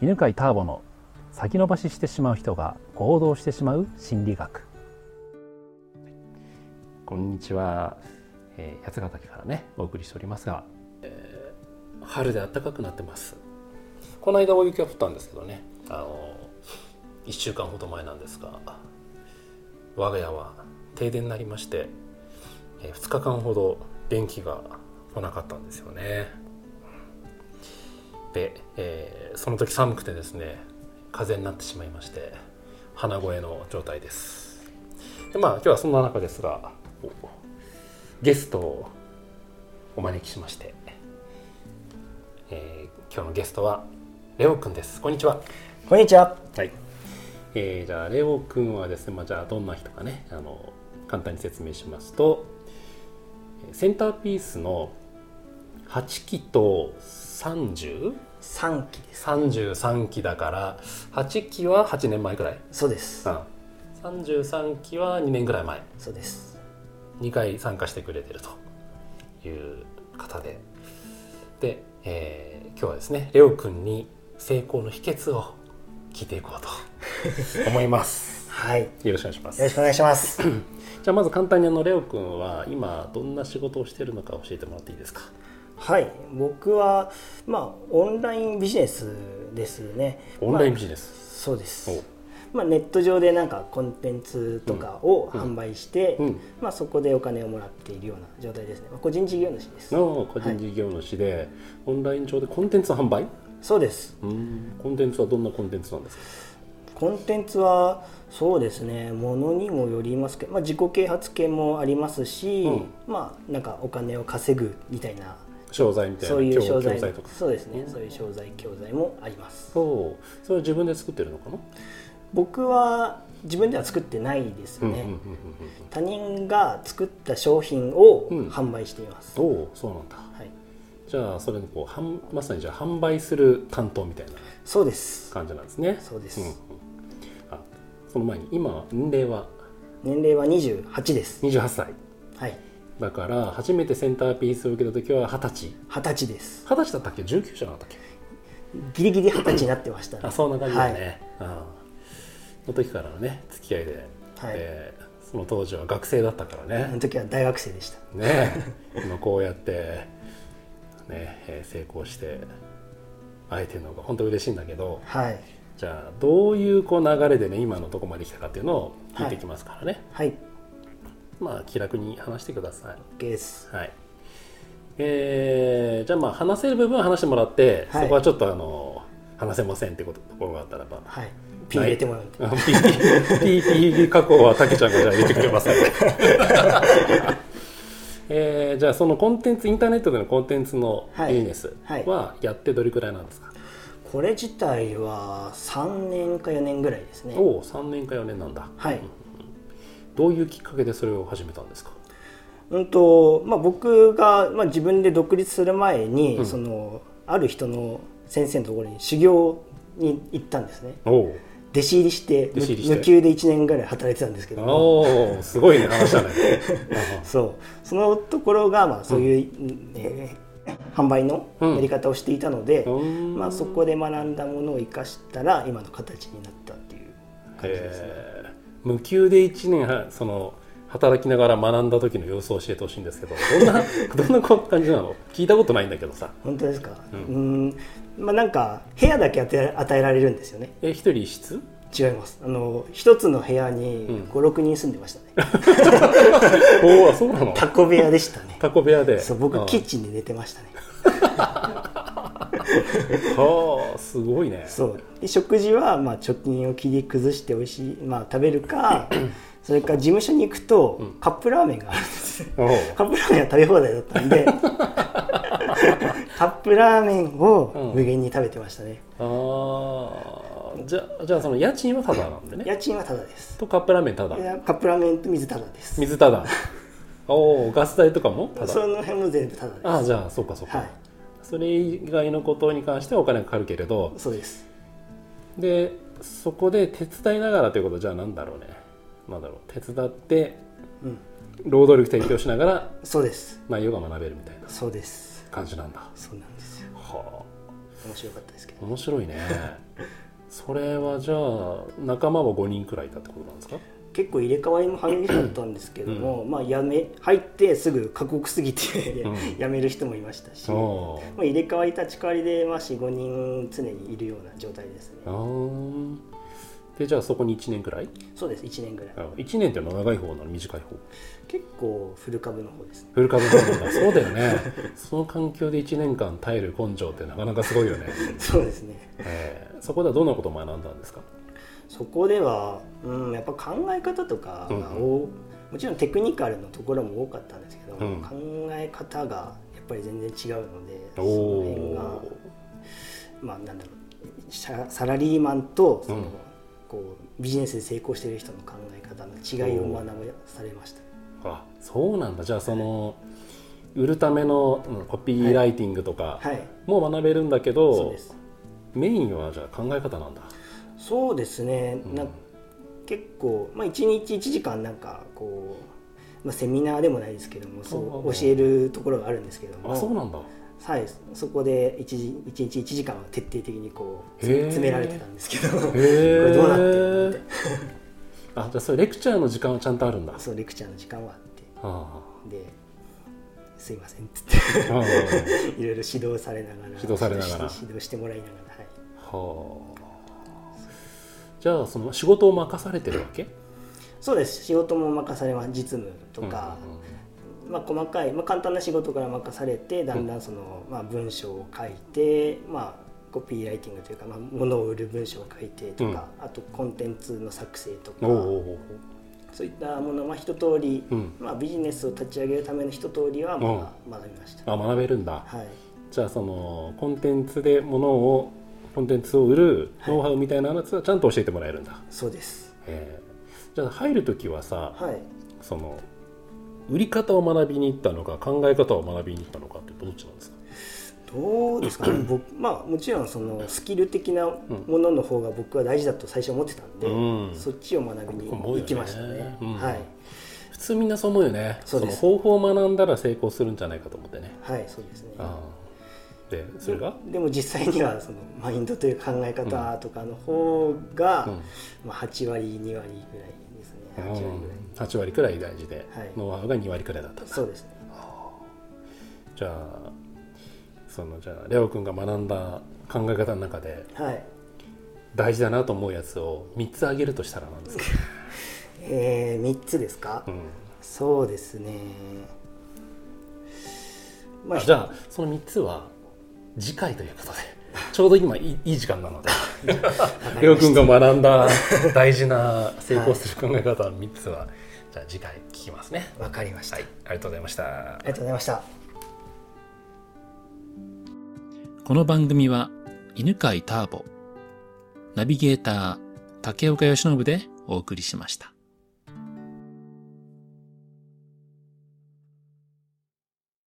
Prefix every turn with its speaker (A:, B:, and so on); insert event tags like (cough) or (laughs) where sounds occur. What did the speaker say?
A: 犬飼ターボの先延ばししてしまう人が行動してしまう心理学
B: こんにちは、えー八ヶ岳からねお送りしておりますが、春で暖かくなってますこの間大雪が降ったんですけどねあの1週間ほど前なんですが我が家は停電になりまして、え2日間ほど電気が来なかったんですよねで、えーその時寒くてですね風邪になってしまいまして鼻声の状態ですでまあ今日はそんな中ですがおゲストをお招きしまして、えー今日のゲストはレオくんですこんにちは
C: こんにちは。
B: はい、えーじゃあレオくんはですね、まあ、じゃあどんな人かねあの簡単に説明しますとえーセンターピースの8期と 30?
C: 三期です。
B: 33期だから8期は8年前くらい、
C: そうです
B: う。ん、33期は2年ぐらい前
C: そうです。
B: 2回参加してくれてるという方でで、えー今日はですねレオくんに成功の秘訣を聞いていこう
C: (laughs)
B: と思います
C: はい。よ
B: よろしくお願いします
C: ろしくお願い
B: (clears throat)
C: します。
B: じゃあまず簡単にあのレオくんは今どんな仕事をしてるのか教えてもらっていいですか
C: はい。僕は、まあ、オンラインビジネスですね。
B: オンラインビ
C: ジ
B: ジ
C: ネ
B: ネス、
C: ス、そうで
B: お
C: す。まあ、ネット上でなんかコンテンツとかを販売して、
B: うんうん
C: まあ、そこでお金をもらっているような状態ですね。まあ個人事業主です。
B: の個人事業主で、オンライン上でコンテンツ販売
C: そうです。
B: うんコンテンツはどんなコンテンツなんですか
C: コンテンツはそうですねものにもよりますけど、まあ、自己啓発系もありますし、
B: うん
C: まあなんかお金を稼ぐみたいな
B: 商材みたいな
C: そういう
B: 教
C: 商材
B: 教材とか
C: そうですね、そういう商材教材もあります
B: そうそれは自分で作ってるのかな
C: 僕は自分では作ってないですね、
B: うんうんうんうん
C: 他人が作った商品を
B: うん
C: 販売しています、
B: うんおおそうなんだ
C: はい、
B: じゃあそれのこうはんまさにじゃあ販売する担当みたいな
C: そうです
B: 感じなんですね
C: そうです
B: んうんあその前に今年齢は
C: 年齢は28です
B: 28歳
C: はい
B: だから初めてセンターピースを受けた時は二十歳
C: 二十歳です
B: 二十歳だったっけ19歳じゃなかったっけ
C: ギリギリ二十歳になってました、
B: あそんな感じだね、うん、の時からのね付き合いで、
C: はい
B: でその当時は学生だったから
C: あの
B: ね
C: 時は大学生でした
B: ね (laughs) 今こうやって、ねえー成功して会えてるのが本当嬉しいんだけど
C: はい
B: じゃあどういうこう流れでね今のとこまで来たかっていうのを聞いていきますからね、
C: はい
B: まあ気楽に話してください
C: OK です
B: はい。えーじゃあまあ話せる部分は話してもらって、
C: はい
B: そこはちょっとあの話せませんってことところがあったらば。
C: はいピー入れてもらうんで
B: あピーピーピー加工はたけちゃんがじゃあ入れてくれます、ねえーじゃあそのコンテンツインターネットでのコンテンツの
C: はい
B: ビジネス
C: はい
B: はやってどれくらいなんですか、
C: これ自体は3年か4年ぐらいですね
B: おお3年か4年なんだ
C: はい
B: どういうきっかけでそれを始めたんですか
C: うんとまあ、僕が、まあ、自分で独立する前に、そのある人の先生のところに修行に行ったんですね
B: おお
C: 弟子入りして
B: 弟子入りして
C: 無給で1年ぐらい働いてたんですけども
B: おおすごいね話だね
C: そうそのところが、まあ、そういう、えー販売の
B: うん
C: やり方をしていたので、
B: うん
C: まあ、そこで学んだものを生かしたら今の形になったっていう感じですね。
B: えー無給で1年はその働きながら学んだ時の様子を教えてほしいんですけどどんなどんな感じなの聞いたことないんだけどさ
C: 本当ですか、うーん、まあ、なんか部屋だけ与え与えられるんですよね
B: え一人一室
C: 違いますあの一つの部屋に56人住んでましたね、 (laughs)
B: おおそうなの
C: タコ部屋でしたね
B: タコ部屋で
C: そう僕
B: あ
C: キッチンで寝てましたね
B: はあすごいね
C: そうで食事はまあ貯金を切り崩して美味しい、まあ、食べるかそれから事務所に行くとカップラーメンがあるんですよ (laughs)
B: おう
C: カップラーメンは食べ放題だった
B: (laughs)
C: んでカップラーメンを無限に食べてましたね、
B: あーじゃあじゃあその家賃はタダなんでね
C: 家賃はタダです
B: とカップラーメンタダ
C: いやカップラーメンと水タダです
B: 水タダおおガス代とかもタ
C: そ
B: ダ
C: の辺も全部タダです
B: ああじゃあそうかそうか、
C: はい
B: それ以外のことに関してはお金がかかるけれど、
C: そうです
B: でそこで手伝いながらということじゃあなんだろうねなんだろう手伝って
C: うん
B: 労働力提供しながら
C: そうです
B: 内容が学べるみたいな
C: そうです
B: 感じなんだ
C: そうなんですよ
B: はあ
C: 面白かったですけど
B: 面白いね (laughs) それはじゃあ仲間は5人くらいいたってことなんですか
C: 結構入れ替わりも激しかったんですけども、まあ、やめ入ってすぐ過酷すぎて
B: うん
C: (laughs) 辞める人もいましたし、
B: そ
C: まあ、入れ替わり立ち替わりで、まあ、45人常にいるような状態ですね
B: うあーでじゃあそこに1年くらい
C: そうです1年ぐらい
B: あ1年っていうのは長い方なの短い方
C: 結構古株の方ですね
B: フル株なん
C: (laughs)
B: だそうだよねその環境で1年間耐える根性ってなかなかすごいよね、
C: そうですね
B: えーそこではどんなことを学んだんですか
C: そこでは、うん、やっぱ考え方とかがおもちろんテクニカルのところも多かったんですけど、
B: うん
C: 考え方がやっぱり全然違うのでそ
B: お
C: の辺が
B: お
C: まあなんだろうササラリーマンとその、
B: うん
C: こうビジネスで成功している人の考え方の違いを学ばされました
B: あそうなんだじゃあその売るためのうんコピーライティングとか
C: はい
B: も学べるんだけ
C: そう
B: ど、
C: です
B: メインはじゃあ考え方なんだ、
C: そうですね、
B: うん
C: なん結構、まあ、1日1時間なんかこう、まあ、セミナーでもないですけどもそ
B: おうおうお
C: う
B: う
C: 教えるところがあるんですけども
B: あそうなんだ
C: はい、そこで 1, 時1日1時間は徹底的にこう
B: へー
C: 詰詰められてたんですけど
B: へえ
C: (laughs) これどうなってるのっ
B: (laughs) あじゃあそれレクチャーの時間はちゃんとあるんだあ
C: そうレクチャーの時間はあっ
B: あ
C: てですいませんっつっ
B: ああ
C: て (laughs) いろいろ指導されながら
B: 指導されながら
C: 指導してもらいながら、はい、
B: はあじゃあその仕事を任されてるわけ
C: そうです仕事も任されます実務とか、
B: うんうんうん
C: まあ、細かい、まあ、簡単な仕事から任されてだんだんその、まあ、文章を書いて、まあ、コピーライティングというか、まあ、物を売る文章を書いてとか、あとコンテンツの作成と
B: お
C: か
B: うおうおう
C: そういったもの、まあ、一通り、
B: うん
C: まあ、ビジネスを立ち上げるための一通りは、まあ、学びました、
B: あ学べるんだ
C: はい、
B: じゃあそのコンテンツで物をコンテンツを売るノウハウみたいなやつはちゃんと教えてもらえるんだ、
C: そうです
B: ええじゃあ入る時はさ
C: はい
B: その売り方を学びに行ったのか考え方を学びに行ったのかってどっちなんですか
C: どうですか
B: (clears throat)
C: ね僕まあもちろんそのスキル的なものの方が僕は大事だと最初思ってたんで、
B: うん
C: そっちを学びに
B: 僕も思うよね
C: 行きましたね、
B: うん
C: はい
B: 普通みんなそう思うよね
C: そうです
B: の方法を学んだら成功するんじゃないかと思ってね
C: はいそうですね
B: ああでそれが
C: でも実際にはそのマインドという考え方とかの方が、まあ、8割2割ぐらいですね8割ぐらい、
B: 8割くらい大事で、
C: はい
B: ノウハウが2割くらいだったんだ
C: そうですね
B: じゃあそのじゃあレオ君が学んだ考え方の中で
C: はい
B: 大事だなと思うやつを3つ挙げるとしたらなんですか、
C: えー、3つですか、
B: うん
C: そうですねまあ
B: じゃあその3つは次回ということで
C: (laughs)
B: ちょうど今いいいい時間なのでレオ君が学ん
C: (laughs)
B: だ大事な成功する考え方の3つはじゃあ次回聞きますね
C: わかりました、
B: はいありがとうございました
C: ありがとうございました
A: この番組は犬飼ターボ、ナビゲーター竹岡由伸でお送りしました。